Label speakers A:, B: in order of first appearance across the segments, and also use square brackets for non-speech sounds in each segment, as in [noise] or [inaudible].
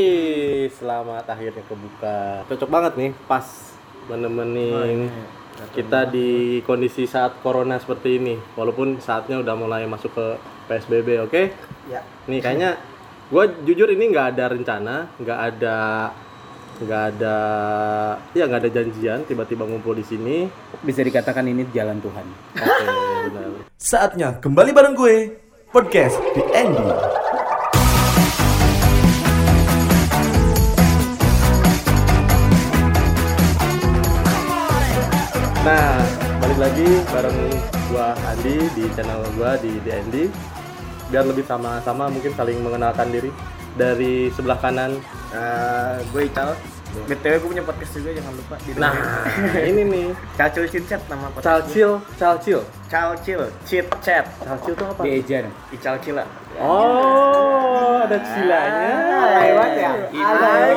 A: Yeay, selamat akhirnya kebuka. Cocok banget nih pas menemani
B: Oh, ini.
A: kita di kondisi saat corona seperti ini. Walaupun saatnya udah mulai masuk ke PSBB, oke?
B: Ya.
A: Nih kayaknya gue jujur ini nggak ada rencana, nggak ada nggak ada ya nggak ada janjian tiba-tiba ngumpul di sini.
C: Bisa dikatakan ini jalan Tuhan.
A: Oke, [laughs] benar.
D: Saatnya kembali bareng gue podcast di Andy.
A: Nah, balik lagi bareng gua Andi di channel gua di DND. Biar lebih sama-sama mungkin saling mengenalkan diri dari sebelah kanan.
B: Eh, gue Ical. BTW gue punya podcast juga jangan lupa di
A: Nah,
B: [laughs]
A: ini nih
B: Calcil Chit Chat nama podcast.
A: Calcil, Calcil.
B: Calcil Chit Chat.
A: Calcil tuh apa?
C: Di Ejen.
B: Ical Cila.
A: Oh, ada cilanya.
B: Alay banget ya? Alay.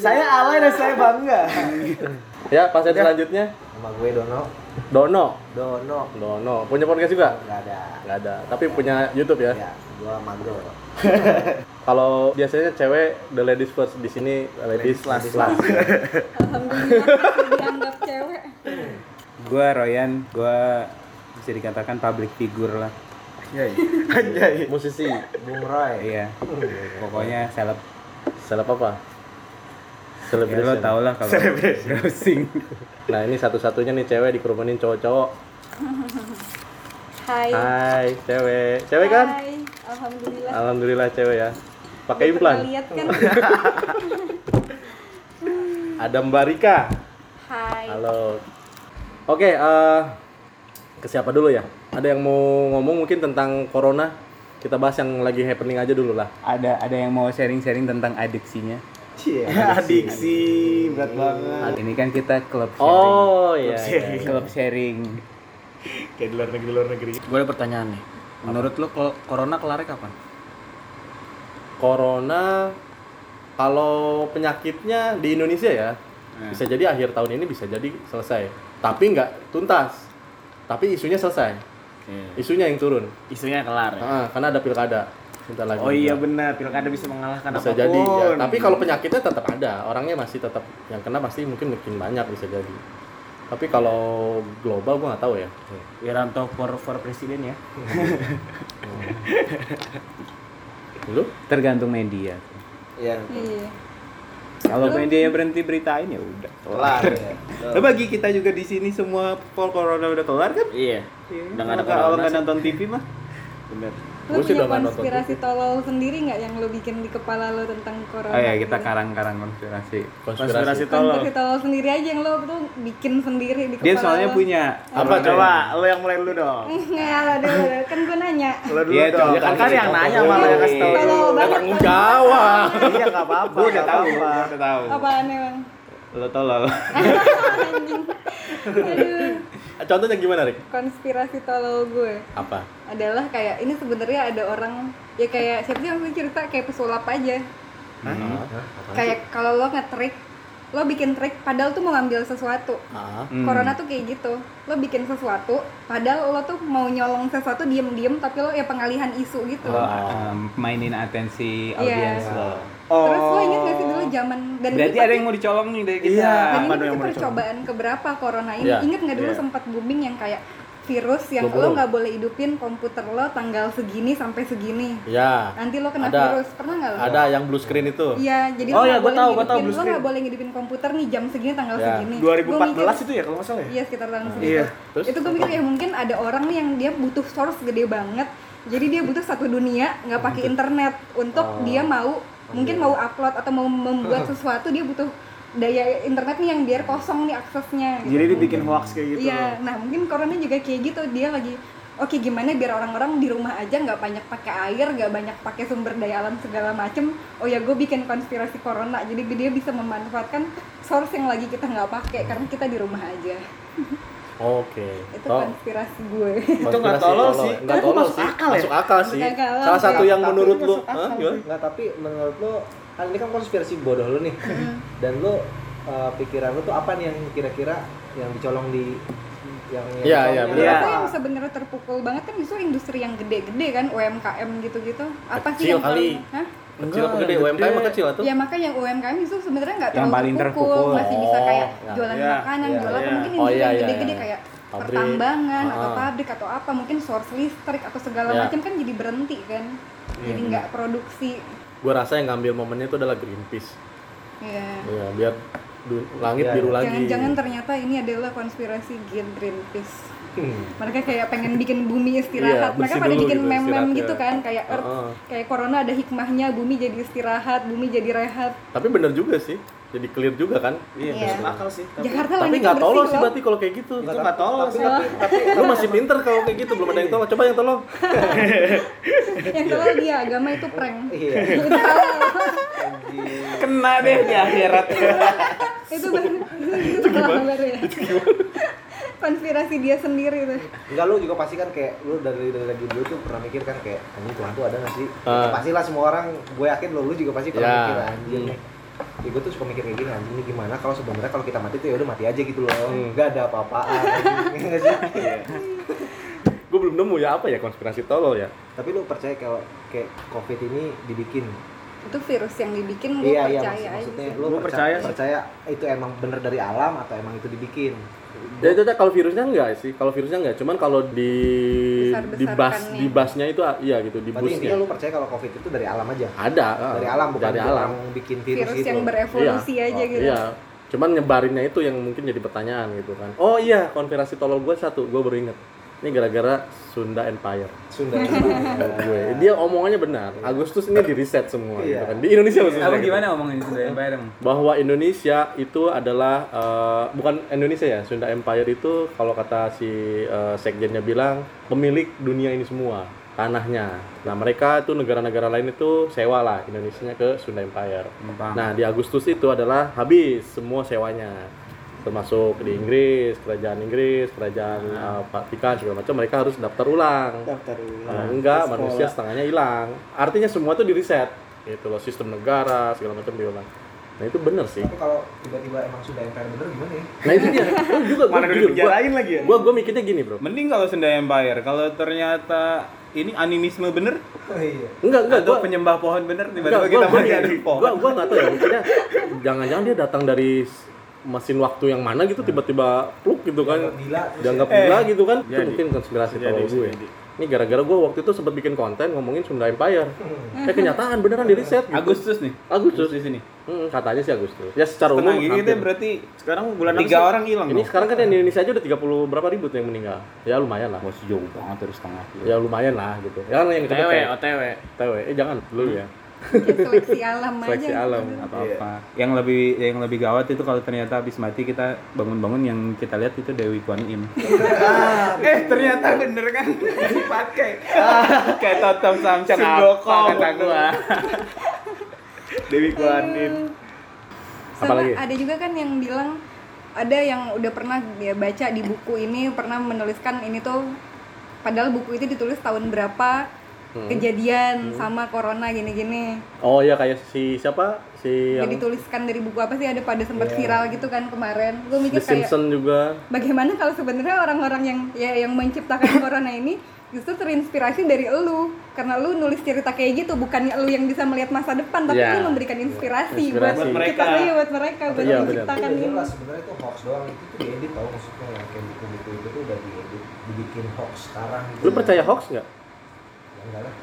B: Saya alay dan saya bangga.
A: Ya, pasien selanjutnya
B: Nama gue Dono.
A: Dono.
B: Dono.
A: Dono punya podcast juga?
B: Gak ada.
A: Nggak ada, tapi punya YouTube ya.
B: Ya, gue manggil.
A: Kalau biasanya cewek the ladies first di sini ladies, last.
B: [laughs]
E: Alhamdulillah dianggap cewek.
C: Gua Royan, gua bisa dikatakan public figure lah.
B: Anjay.
A: Musisi.
B: Bung Roy.
C: Iya. Pokoknya seleb.
A: Salah apa?
C: Ya, lo
A: Celebration.
C: tau lah kalau browsing.
A: Nah ini satu-satunya nih cewek dikerumenin cowok-cowok.
E: Hai.
A: Hai cewek, cewek kan?
E: Hai. Alhamdulillah.
A: Alhamdulillah cewek ya. Pakai
E: Udah pernah
A: implan.
E: Lihat
A: [laughs]
E: kan?
A: Ada Mbak Rika.
E: Hai.
A: Halo. Oke, eh ke siapa dulu ya? Ada yang mau ngomong mungkin tentang corona? Kita bahas yang lagi happening aja dulu
C: [laughs]
A: lah.
C: ada ada yang mau sharing-sharing tentang adiksinya.
B: Iya. Adiksi berat banget.
F: Ah.
C: Ini kan kita klub sharing.
A: Oh iya. iya.
C: Klub sharing.
B: Kayak di luar negeri luar negeri.
F: Gue ada pertanyaan nih. Menurut lu kol- corona kelar kapan?
A: Corona kalau penyakitnya di Indonesia ya
F: Eh.
A: bisa jadi akhir tahun ini bisa jadi selesai. Tapi nggak tuntas. Tapi isunya selesai. Isunya yang turun.
F: Isunya kelar. ya?
A: Ah, karena ada pilkada bentar lagi.
B: Oh iya
A: juga.
B: benar, pilkada bisa mengalahkan
A: bisa
B: apapun.
A: jadi. ya. Tapi kalau penyakitnya tetap ada, orangnya masih tetap yang kena pasti mungkin makin banyak bisa jadi. Tapi kalau global gua nggak tahu ya.
B: Wiranto for for presiden ya.
A: Lu?
C: Tergantung media.
B: Iya.
E: Iya.
C: Kalau media berhenti beritain ya udah.
B: Kelar. ya.
C: Lah, bagi kita juga di sini semua kalau corona udah kelar kan?
F: Iya. Udah nggak ada
C: Kalau- Kalau
F: corona
C: nggak
F: sih.
C: nonton TV mah
B: Bener.
E: Lu
A: Gua sih
E: punya
A: udah nggak nonton
E: konspirasi tolol sendiri nggak yang lu bikin di kepala lu tentang
A: iya,
E: corona?
C: Oh ya kita karang-karang konspirasi.
A: Konspirasi.
E: Konspirasi tolol sendiri aja yang lu tuh bikin sendiri di kepala
C: Dia soalnya
E: lu.
C: punya
A: Apa coba?
B: Coba lu yang mulai dulu dong.
E: Nggak ada, kan gue nanya.
B: Lu dulu
C: Iya,
B: dong.
C: coba.
B: Kan, kan yang nanya
C: Iya.
B: malah yang kasih tahu. dulu.
E: Tolol banget.
A: Tanggung jawab.
B: [laughs] Iya enggak apa-apa.
C: Gua udah
B: nggak
C: tahu,
B: apa-apa.
C: gua udah tahu.
E: Apaan emang? [laughs]
C: Lo tolol.
E: Anjing. Aduh.
A: Eh, Contohnya gimana, Rik?
E: Konspirasi tolol gue.
A: Apa?
E: adalah kayak ini sebenarnya ada orang ya kayak siapa sih yang waktu itu cerita kayak pesulap aja kayak kalau lo nge-trick lo bikin trik padahal tuh mau ngambil sesuatu
A: Ah.
E: corona tuh kayak gitu lo bikin sesuatu padahal lo tuh mau nyolong sesuatu diem-diem tapi lo ya pengalihan isu gitu
C: Lo um, mainin atensi
E: Iya.
C: audiens lo.
E: terus lo inget gak
F: Oh.
E: sih dulu zaman dan ini Nah,
C: Berarti ada yang mau dicolong nih dari kita.
E: dan
C: Iya.
E: ini tuh percobaan keberapa corona ini
A: Iya.
E: inget nggak dulu sempat booming yang kayak virus yang lo nggak boleh hidupin komputer lo tanggal segini sampai segini
A: Ya.
E: nanti lo kena
A: Ada.
E: virus pernah nggak lo
A: Ada yang blue screen itu.
E: Iya, jadi
B: Oh
E: lo
B: iya,
E: nggak
B: gua
E: boleh
B: tahu, gua tahu,
E: ngidupin,
B: blue
E: lo nggak
B: screen.
E: boleh ngidupin komputer nih jam segini tanggal
A: Ya,
E: segini. Gua mikir,
B: 2014 itu ya kalau enggak salah ya.
E: Iya sekitar tahun segitu.
B: Iya.
A: Terus?
E: Itu gue mikir ya mungkin ada orang nih yang dia butuh source gede banget. Jadi dia butuh satu dunia nggak
B: Oh,
E: pakai
B: gitu.
E: internet untuk dia mau mungkin mau upload atau mau
B: [laughs]
E: membuat sesuatu dia butuh daya internet nih yang biar kosong nih aksesnya. gitu.
B: Jadi dibikin hoax kayak gitu.
E: Iya, nah mungkin corona juga kayak gitu dia lagi Oke gimana biar orang-orang di rumah aja nggak banyak pakai air, nggak banyak pakai sumber daya alam segala macem. Oh ya gue bikin konspirasi corona, jadi dia bisa memanfaatkan source yang lagi kita nggak pakai karena kita di rumah aja.
A: Oke.
E: Itu kan-
A: Tol-
E: konspirasi gue.
B: Itu nggak
A: konspirasi
B: tolol sih.
A: Nggak
B: Tapi
A: tolol
B: masuk
A: sih.
B: akal ya?
A: Masuk akal sih.
E: Masuk akal.
A: Salah satu
E: Tapi
A: yang menurut lu, Hah,
G: Hah,
A: gimana?
G: Nggak, tapi menurut lo kan ini kan konspirasi bodoh lo nih. eh, Dan lo uh, pikiran lo tuh apa nih yang kira-kira yang dicolong di yang
A: Iya, iya,
G: yang-
A: benar.
E: Itu yang sebenarnya terpukul banget kan justru industri yang gede-gede kan UMKM gitu-gitu. Apa sih
A: Kecil
E: yang paling-
A: kali.
E: Hah?
A: Kecil apa gede? UMKM mah kecil tuh.
E: Ya makanya yang UMKM itu sebenarnya nggak
C: Yang
E: terlalu
C: paling
E: terpukul,
C: terpukul.
E: masih bisa
A: Oh,
E: kayak
A: ya.
E: jualan
F: Iya,
E: makanan,
G: iya,
E: jualan apa,
F: iya.
E: mungkin
A: Oh,
E: industri
A: iya,
E: yang
A: iya,
E: gede-gede
A: iya.
E: kayak
A: Pabrik.
E: pertambangan atau
A: Ah.
E: pabrik atau apa, mungkin source listrik atau segala
A: Iya.
E: macam kan jadi berhenti kan, jadi nggak produksi.
A: Gue rasa yang ngambil momennya itu adalah Greenpeace.
E: Ya.
A: Iya, biar du- langit
G: Iya,
A: biru lagi.
E: Jangan-jangan ternyata ini adalah konspirasi Gen Greenpeace. Mereka kayak pengen bikin bumi
A: Iya,
E: istirahat. Mereka
A: bersih
E: pada
A: dulu
E: bikin
A: gitu,
E: meme-meme
A: istirahat
E: gitu
A: ya.
E: kan, kayak Earth,
A: Heeh.
E: kayak corona ada hikmahnya, bumi jadi istirahat, bumi jadi rehat.
A: Tapi bener juga sih. Jadi clear juga kan.
F: Iya,
E: Iya.
F: masuk akal sih. Tapi
E: Jakarta
A: Tapi
E: langit
A: nggak
E: bersih
A: tolol sih
E: loh.
A: berarti kalau kayak gitu.
F: itu nggak tolong
G: tapi
F: sih.
G: tapi tapi
A: Lu masih pinter kalau kayak gitu, belum ada yang tolol. Coba yang tolol.
E: Yang tolol Eh, dia agama itu prank.
G: iya
E: Itu salah.
C: Kena deh di akhirat.
E: itu baru itu salah baru ya. Konspirasi dia sendiri tuh.
G: enggak lu juga pasti kan kayak lu dari dari lagi dulu tuh pernah mikir kan kayak anjing Tuhan tuh ada nggak sih
A: Ah.
G: Ya, pastilah semua orang gue yakin lu, lu juga pasti pernah
A: Ya.
G: mikir anjing ya gue tuh suka mikir kayak gini anjing ini gimana kalau sebenarnya kalau kita mati tuh ya udah mati aja gitu loh
A: Hmm.
G: nggak ada apa-apaan [laughs] anjing. Nggak sih?
A: Gue belum nemu ya apa ya konspirasi tolol ya.
G: tapi lu percaya kalau kayak covid ini dibikin
E: Itu virus yang dibikin gue
G: iya iya
E: percaya
G: maksud-
E: aja
G: maksudnya
E: sih.
G: lu
F: Gua
G: percaya
F: percaya sih.
G: percaya itu emang bener dari alam atau emang itu dibikin
A: Ya, ya, ya, kalau virusnya enggak sih, kalau virusnya enggak, cuman kalau di
E: Besar-besarkannya.
A: di bus
E: ya.
A: di busnya itu ah, iya gitu di
G: berarti
A: busnya
G: intinya lu percaya kalau covid itu dari alam aja
A: ada ah.
G: dari alam bukan
A: dari
G: dari
A: alam
G: orang bikin virus,
E: Virus
G: gitu
E: yang berevolusi aja gitu. [laughs]
A: iya cuman nyebarinnya itu yang mungkin jadi pertanyaan gitu kan oh iya konspirasi tolol gue satu gue baru inget ini gara-gara Sunda Empire
G: Sunda
E: [laughs]
A: gue dia omongannya benar Agustus ini di riset semua gitu
G: Iya.
A: kan di Indonesia khususnya
C: [laughs] Apa
A: gitu.
C: gimana omongin Sunda Empire? Em?
A: bahwa Indonesia itu adalah eh, bukan Indonesia ya Sunda Empire itu kalau kata si eh, sekjennya bilang pemilik dunia ini semua tanahnya. Nah mereka itu negara-negara lain itu sewa lah Indonesia ke Sunda Empire.
C: Gampang.
A: Nah di Agustus itu adalah habis semua sewanya termasuk di Inggris kerajaan Inggris kerajaan eh, Vatikan segala macam mereka harus daftar ulang.
B: Daftar
A: Nah,
B: ulang.
A: enggak,
B: Sekolah.
A: manusia setengahnya hilang. Artinya semua tuh di riset. Gitu loh, sistem negara, segala macam diulang. Nah itu bener sih.
G: tapi kalau tiba-tiba emang sudah empire bener gimana ya
A: Nah itu
C: [laughs]
A: dia. Gua juga gua
C: Mana
A: jujur,
C: dulu
A: gua,
C: dijalain lagi ya?
A: gua, gua mikirnya gini bro.
C: Mending kalau Sunda Empire. Kalau ternyata ini animisme bener
G: oh iya
A: Enggak, enggak,
C: atau
A: gua
C: penyembah pohon bener
A: enggak,
C: tiba-tiba
A: gua,
C: kita
A: gua,
C: pakai
A: gini,
C: di pohon.
A: gua, gua nggak tahu ya maksudnya jangan-jangan dia datang dari s- mesin waktu yang mana
C: Nah.
A: gitu tiba-tiba pluk gitu kan
G: Dianggap gila, terus ya.
A: dianggap
C: Eh,
A: gila gitu kan itu
F: Jadi.
A: mungkin konspirasi
F: Jadi,
A: kalau gue
F: jadi.
A: ini gara-gara gue waktu itu sempat bikin konten ngomongin Sunda Empire
G: Hmm.
A: eh kenyataan beneran di riset gitu.
C: Agustus nih.
A: Agustus.
C: di sini.
A: Mm, katanya sih Agustus ya secara umum
C: Setengah gini
A: hampir.
C: deh berarti
F: Sekarang bulan apa
C: tiga
F: sih?
C: orang
F: [laughs]
C: hilang.
A: Ini
C: dong.
A: sekarang kan yang di Indonesia aja udah 30 berapa ribu tuh yang meninggal. Ya lumayan lah.
C: Wah, jauh banget dari setengah.
A: Ya lumayan lah gitu. Ya kan yang kita
F: OTW, OTW.
A: TW. Eh jangan dulu ya.
E: Ya, seleksi alam aja. gitu.
A: Seleksi alam.
C: Apa apa. Yang lebih yang lebih gawat itu kalau ternyata habis mati kita bangun-bangun yang kita lihat itu Dewi Kwan Im. eh ternyata bener
F: [laughs]
C: kan dipakai. Kayak Totem Samcang apa kata
F: Iya,
C: gua. Dewi Kwan Im.
E: Sama
A: Apalagi?
E: ada juga kan yang bilang ada yang udah pernah dia baca di buku ini pernah menuliskan ini tuh padahal buku itu ditulis tahun berapa
A: Hmm.
E: kejadian sama corona gini-gini.
A: Oh iya kayak si siapa? Si
E: Jadi
A: yang
E: dituliskan dari buku apa sih ada pada sempat viral gitu kan kemarin.
A: Iya. The
E: Gue mikir kayak
A: Simpson juga.
E: bagaimana kalau sebenarnya orang-orang yang ya
A: [laughs]
E: yang menciptakan corona ini justru terinspirasi dari elu karena lu nulis cerita kayak gitu bukannya elu yang bisa melihat masa depan tapi
A: Ya.
E: lu memberikan inspirasi,
A: Inspirasi.
E: buat
A: Buat
E: mereka kita, iya, buat mereka
A: Iya,
E: buat
A: benar.
E: menciptakan
G: Iya,
E: ini
G: jelas sebenarnya itu hoax doang itu tuh diedit tau maksudnya yang kayak buku-buku itu tuh udah diedit dibikin hoax sekarang gitu
A: Lu percaya hoax nggak?
G: Ya, enggak lah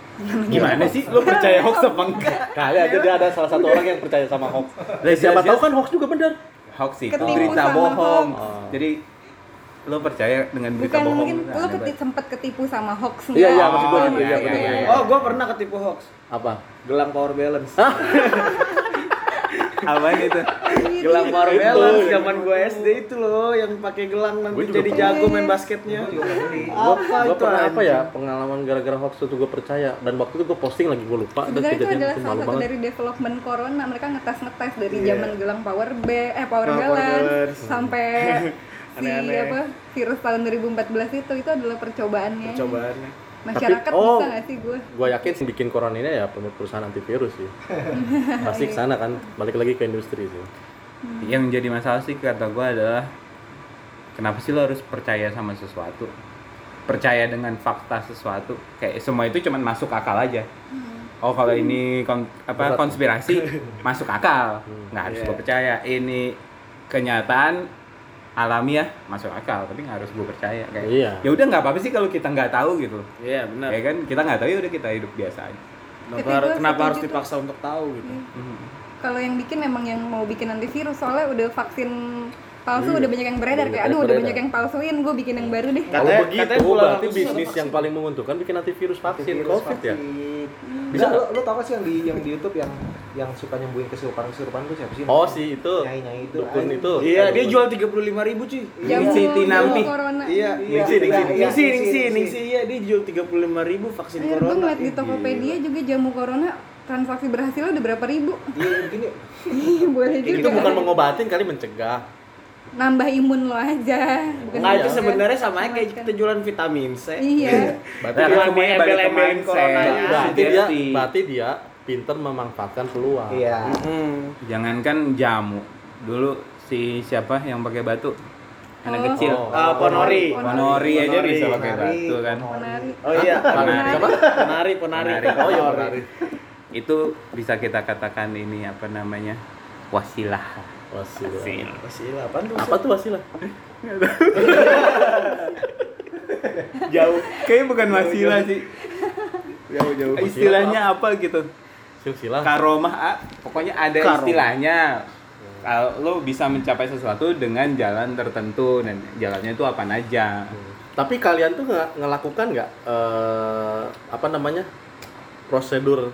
C: Gimana sih? Lu percaya hoax apa enggak?
A: Kagak, jadi ada salah satu orang yang percaya sama hoax.
C: Lah,
A: Siapa
C: jelas-jelas
A: tahu kan hoax juga bener.
C: hoax itu
E: Ketipu
C: berita
E: sama
C: bohong. Oh.
A: hoax.
C: Jadi lo percaya dengan berita
E: bukan
C: bohong?
E: mungkin
C: Nah,
E: lu
C: ada
E: keti- sempat ketipu sama hoax
A: Iya, iya,
E: enggak?
A: maksud gua
E: Oh,
A: gitu. Iya,
E: iya,
A: bener,
E: iya,
A: bener.
E: iya.
F: Oh, gua pernah ketipu hoax. Ah,
A: Apa?
F: Gelang power balance.
C: ba- [laughs] Apaan itu?
E: Iya,
F: gelang power
A: Itu.
F: balance zaman gua SD itu loh yang pakai gelang
A: Gua
F: nanti
A: juga
F: jadi
A: pernah.
F: jago main basketnya.
G: gue juga nggak beli
F: Apa
A: Gua
F: itu?
A: pernah apa
F: anjing?
A: ya pengalaman gara-gara hoax itu gue percaya dan waktu itu gue posting lagi gue lupa dan
E: Sebenarnya itu
A: kejadian
E: adalah
A: itu
E: salah
A: malu
E: satu
A: banget.
E: dari development corona. Mereka ngetes-ngetes dari zaman gelang power B, eh power
F: Power
E: balance
F: balance.
E: sampai si
F: Aneh-aneh.
E: apa virus tahun 2014 itu itu adalah percobaannya.
F: Cobaannya.
E: Masyarakat
A: Tapi- oh.
E: bisa nggak sih gue?
A: gue yakin yang bikin corona ini ya perusahaan antivirus sih pasti kesana kan balik lagi ke industri sih
C: Yang jadi masalah sih kata gua adalah kenapa sih lo harus percaya sama sesuatu percaya dengan fakta sesuatu kayak semua itu cuman masuk akal aja
E: Hmm.
C: oh kalau ini kon- apa konspirasi masuk akal nggak harus gue percaya ini kenyataan alamiah masuk akal tapi nggak harus gue percaya kayak
A: Iya.
C: ya udah nggak apa-apa sih kalau kita nggak tahu gitu
F: Iya benar.
C: ya kan kita nggak tahu ya udah kita hidup biasa aja
E: Tapi
F: Kenapa,
E: gua
F: harus, kenapa
E: setuju
F: harus
E: tuh.
F: dipaksa untuk tahu gitu?
A: Hmm.
E: Kalau yang bikin memang yang mau bikin antivirus soalnya udah vaksin palsu udah banyak yang beredar kayak aduh udah banyak yang palsuin gue bikin yang baru deh.
A: Kalau
F: Katanya-
A: begitu
F: katanya bulan
A: berarti
F: Agustus
A: bisnis yang paling menguntungkan bikin antivirus vaksin
G: Antivirus,
A: COVID ya.
G: vaksin.
A: Bisa
G: Bisa lo, lo tau gak sih yang di yang di YouTube yang yang suka nyembuhin kesurupan kesurupan tuh siapa sih?
A: Oh sih itu
G: Nyai nyai itu.
A: dukun
G: anjing.
A: itu.
F: Iya, dia jual 35.000 ribu cuy.
E: Jamu
C: Mixi Tinampi.
E: jamu corona.
F: Iya,
A: Ningsi, ningsi,
G: iya,
F: Ningsi,
G: iya,
F: ningsi,
G: ningsi.
F: ningsi, iya dia jual 35.000 vaksin
E: Akhir gue
F: corona. Iya.
E: Iya, ngeliat di Tokopedia juga jamu corona transaksi berhasilnya udah berapa ribu? [laughs]
G: Iya begini.
E: Ih, Boleh juga.
A: Itu bukan mengobatin kali mencegah.
E: Nambah imun lo aja. bukan
F: Nah itu
E: juga.
F: sebenarnya sama aja kayak
E: Kematikan.
F: kita jualan vitamin C.
E: Iya.
A: Berarti dia,
C: Nah,
F: Jualan
C: semuanya balik ke
F: embel-embelin
C: mindset. Nah,
F: coronanya.
A: berarti dia,
C: sugesti.
A: berarti dia pinter memanfaatkan peluang. Oh.
G: Iya.
F: Hmm.
C: jangankan jamu dulu si siapa yang pakai batu anak
E: Oh.
C: kecil
A: Oh.
F: Ah, ponori.
C: Ponori aja
F: Ponori.
C: bisa pakai
G: Ponori.
C: batu kan
E: Menarik.
F: Oh iya,
A: Ponari.
F: ponari. Ponari,
C: Ponari.
F: ponari.
A: Oh iya menarik.
C: itu bisa kita katakan ini apa namanya wasilah
A: Wasilah.
F: Wasilah, apaan tuh?
A: Apa tuh wasilah?
C: jauh kayaknya bukan wasilah sih
A: Jauh jauh.
C: istilahnya apa gitu
A: Silsilah.
C: karomah ah, pokoknya ada
F: Karomah.
C: istilahnya kalau lo bisa mencapai sesuatu dengan jalan tertentu dan jalannya itu apa aja
A: Tapi kalian tuh nggak ngelakukan nggak eh, apa namanya prosedur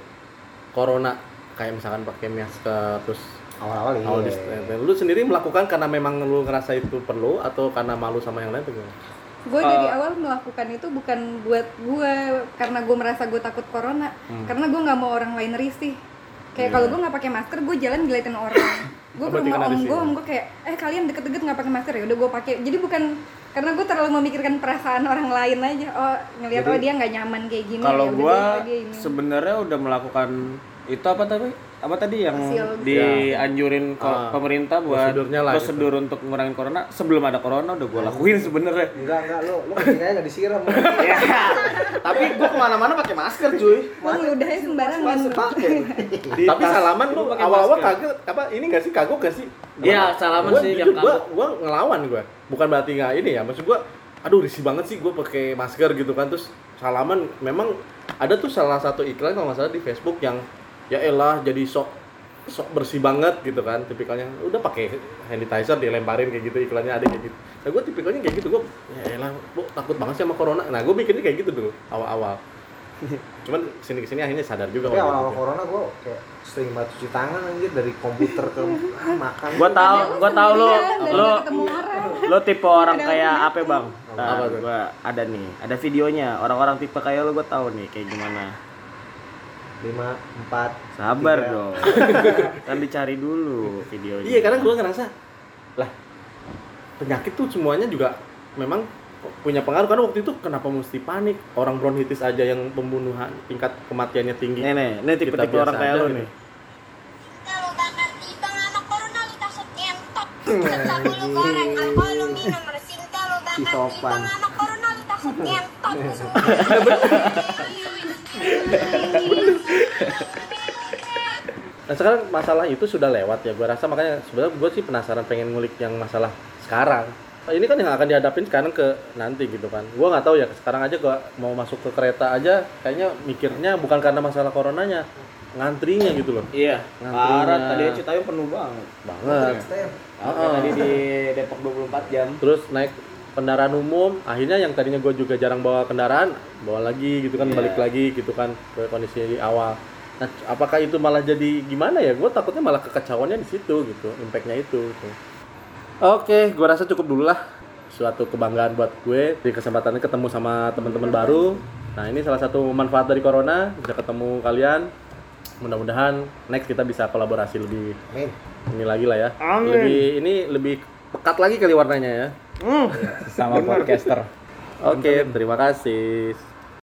A: corona kayak misalkan pakai masker terus
G: Awal-awal iya.
A: all distance. Lu sendiri melakukan karena memang lu ngerasa itu perlu atau karena malu sama yang lain tuh gimana?
E: Gue dari
F: Oh.
E: awal melakukan itu bukan buat gue karena gue merasa gue takut corona,
F: Hmm.
E: karena gue nggak mau orang lain risih.
F: Iya.
E: Kayak kalau gue nggak pakai masker, gue jalan ngeliatin orang. gue ke
A: Berarti
E: rumah
A: kena
E: om
A: risih.
F: ya?
E: gue, om gue kayak, eh kalian deket-deket nggak pakai masker ya, udah gue pakai. Jadi bukan karena gue terlalu memikirkan perasaan orang lain aja. Oh ngeliat oh dia nggak nyaman kayak gini.
F: Kalau
E: ya udah
F: gua
E: deh, oh, dia ini.
F: sebenarnya udah melakukan itu apa tadi? Apa tadi yang
E: Sosial.
F: dianjurin ko-
A: Ah,
F: pemerintah buat
A: prosedurnya lah
F: prosedur untuk ngurangin corona sebelum ada corona udah gua lakuin sebenarnya.
G: Enggak enggak lo lo ketinggalan nggak [laughs] disiram. Iya,
F: Ya. Tapi gua kemana-mana pakai masker cuy.
E: Gua ngeludahnya Oh, ya sembarangan.
G: Masuk pakai.
A: Tapi salaman lu
F: Lu pakai
A: awal-awal
F: masker.
A: kaget apa ini nggak sih kagok gak sih? Nah,
F: Iya, salaman
A: Gua
F: sih yang
A: jujur, gua,
F: kagok.
A: gua ngelawan gua. Bukan berarti nggak ini ya, maksud gua aduh risih banget sih gua pakai masker gitu kan terus salaman memang ada tuh salah satu iklan kalau nggak salah di Facebook yang ya elah jadi sok sok bersih banget gitu kan tipikalnya udah pakai hand sanitizer dilemparin kayak gitu iklannya ada kayak gitu nah gue tipikalnya kayak gitu gue ya elah gua takut banget sih sama corona nah gue mikirnya kayak gitu dulu awal-awal [laughs] cuman kesini kesini akhirnya sadar juga
G: Tapi
A: waktu
G: awal-awal
A: itu.
G: corona gue kayak sering banget cuci tangan anjir dari komputer [laughs] ke ah, makan.
F: Gua tahu, gua tahu lo
E: Sendirian, dan
F: lo
E: nggak ketemu orang.
F: [laughs] lo tipe orang kayak apa bang?
A: Apa
F: Nah,
A: tuh?
F: gua ada nih, ada videonya orang-orang tipe kayak lo gua tahu nih kayak gimana.
G: Lima empat.
F: Sabar
G: tiga.
F: dong. [laughs] Kan dicari dulu videonya.
A: Iya, karena gue ngerasa lah penyakit tuh semuanya juga memang punya pengaruh karena waktu itu kenapa mesti panik orang bronkitis aja yang pembunuhan tingkat kematiannya tinggi.
F: Nih nih, nih tipe-tipe
A: biasa
F: orang kayak
A: aja
F: lo
A: gitu.
F: nih.
H: Kalau bakar kita anak corona kita setentok. Sesak bulu goreng, alkohol lu minum resin. Kalau bakar kita anak corona kita setentok.
A: Nah sekarang masalah itu sudah lewat ya, gue rasa makanya sebenarnya gue sih penasaran pengen ngulik yang masalah sekarang. Nah, Ini kan yang akan dihadapin sekarang ke nanti gitu kan. Gue nggak tahu ya sekarang aja gue mau masuk ke kereta aja, kayaknya mikirnya bukan karena masalah coronanya, ngantrinya gitu loh
F: Iya,
A: Ngantrinya.
F: parah tadi aja Citayu penuh banget.
A: banget. Heeh.
F: Tadi di Depok 24 jam.
A: terus naik kendaraan umum akhirnya yang tadinya gue juga jarang bawa kendaraan bawa lagi gitu kan
F: Iya.
A: balik lagi gitu kan ke kondisi di awal nah apakah itu malah jadi gimana ya gue takutnya malah kekacauannya di situ gitu impactnya itu gitu. oke gue rasa cukup dulu lah suatu kebanggaan buat gue di kesempatan ini ketemu sama teman-teman baru nah ini salah satu manfaat dari corona bisa ketemu kalian mudah-mudahan next kita bisa kolaborasi lebih
G: Amin.
A: ini lagi lah ya lebih ini lebih pekat lagi kali warnanya ya
C: sama podcaster
A: Oke, terima kasih.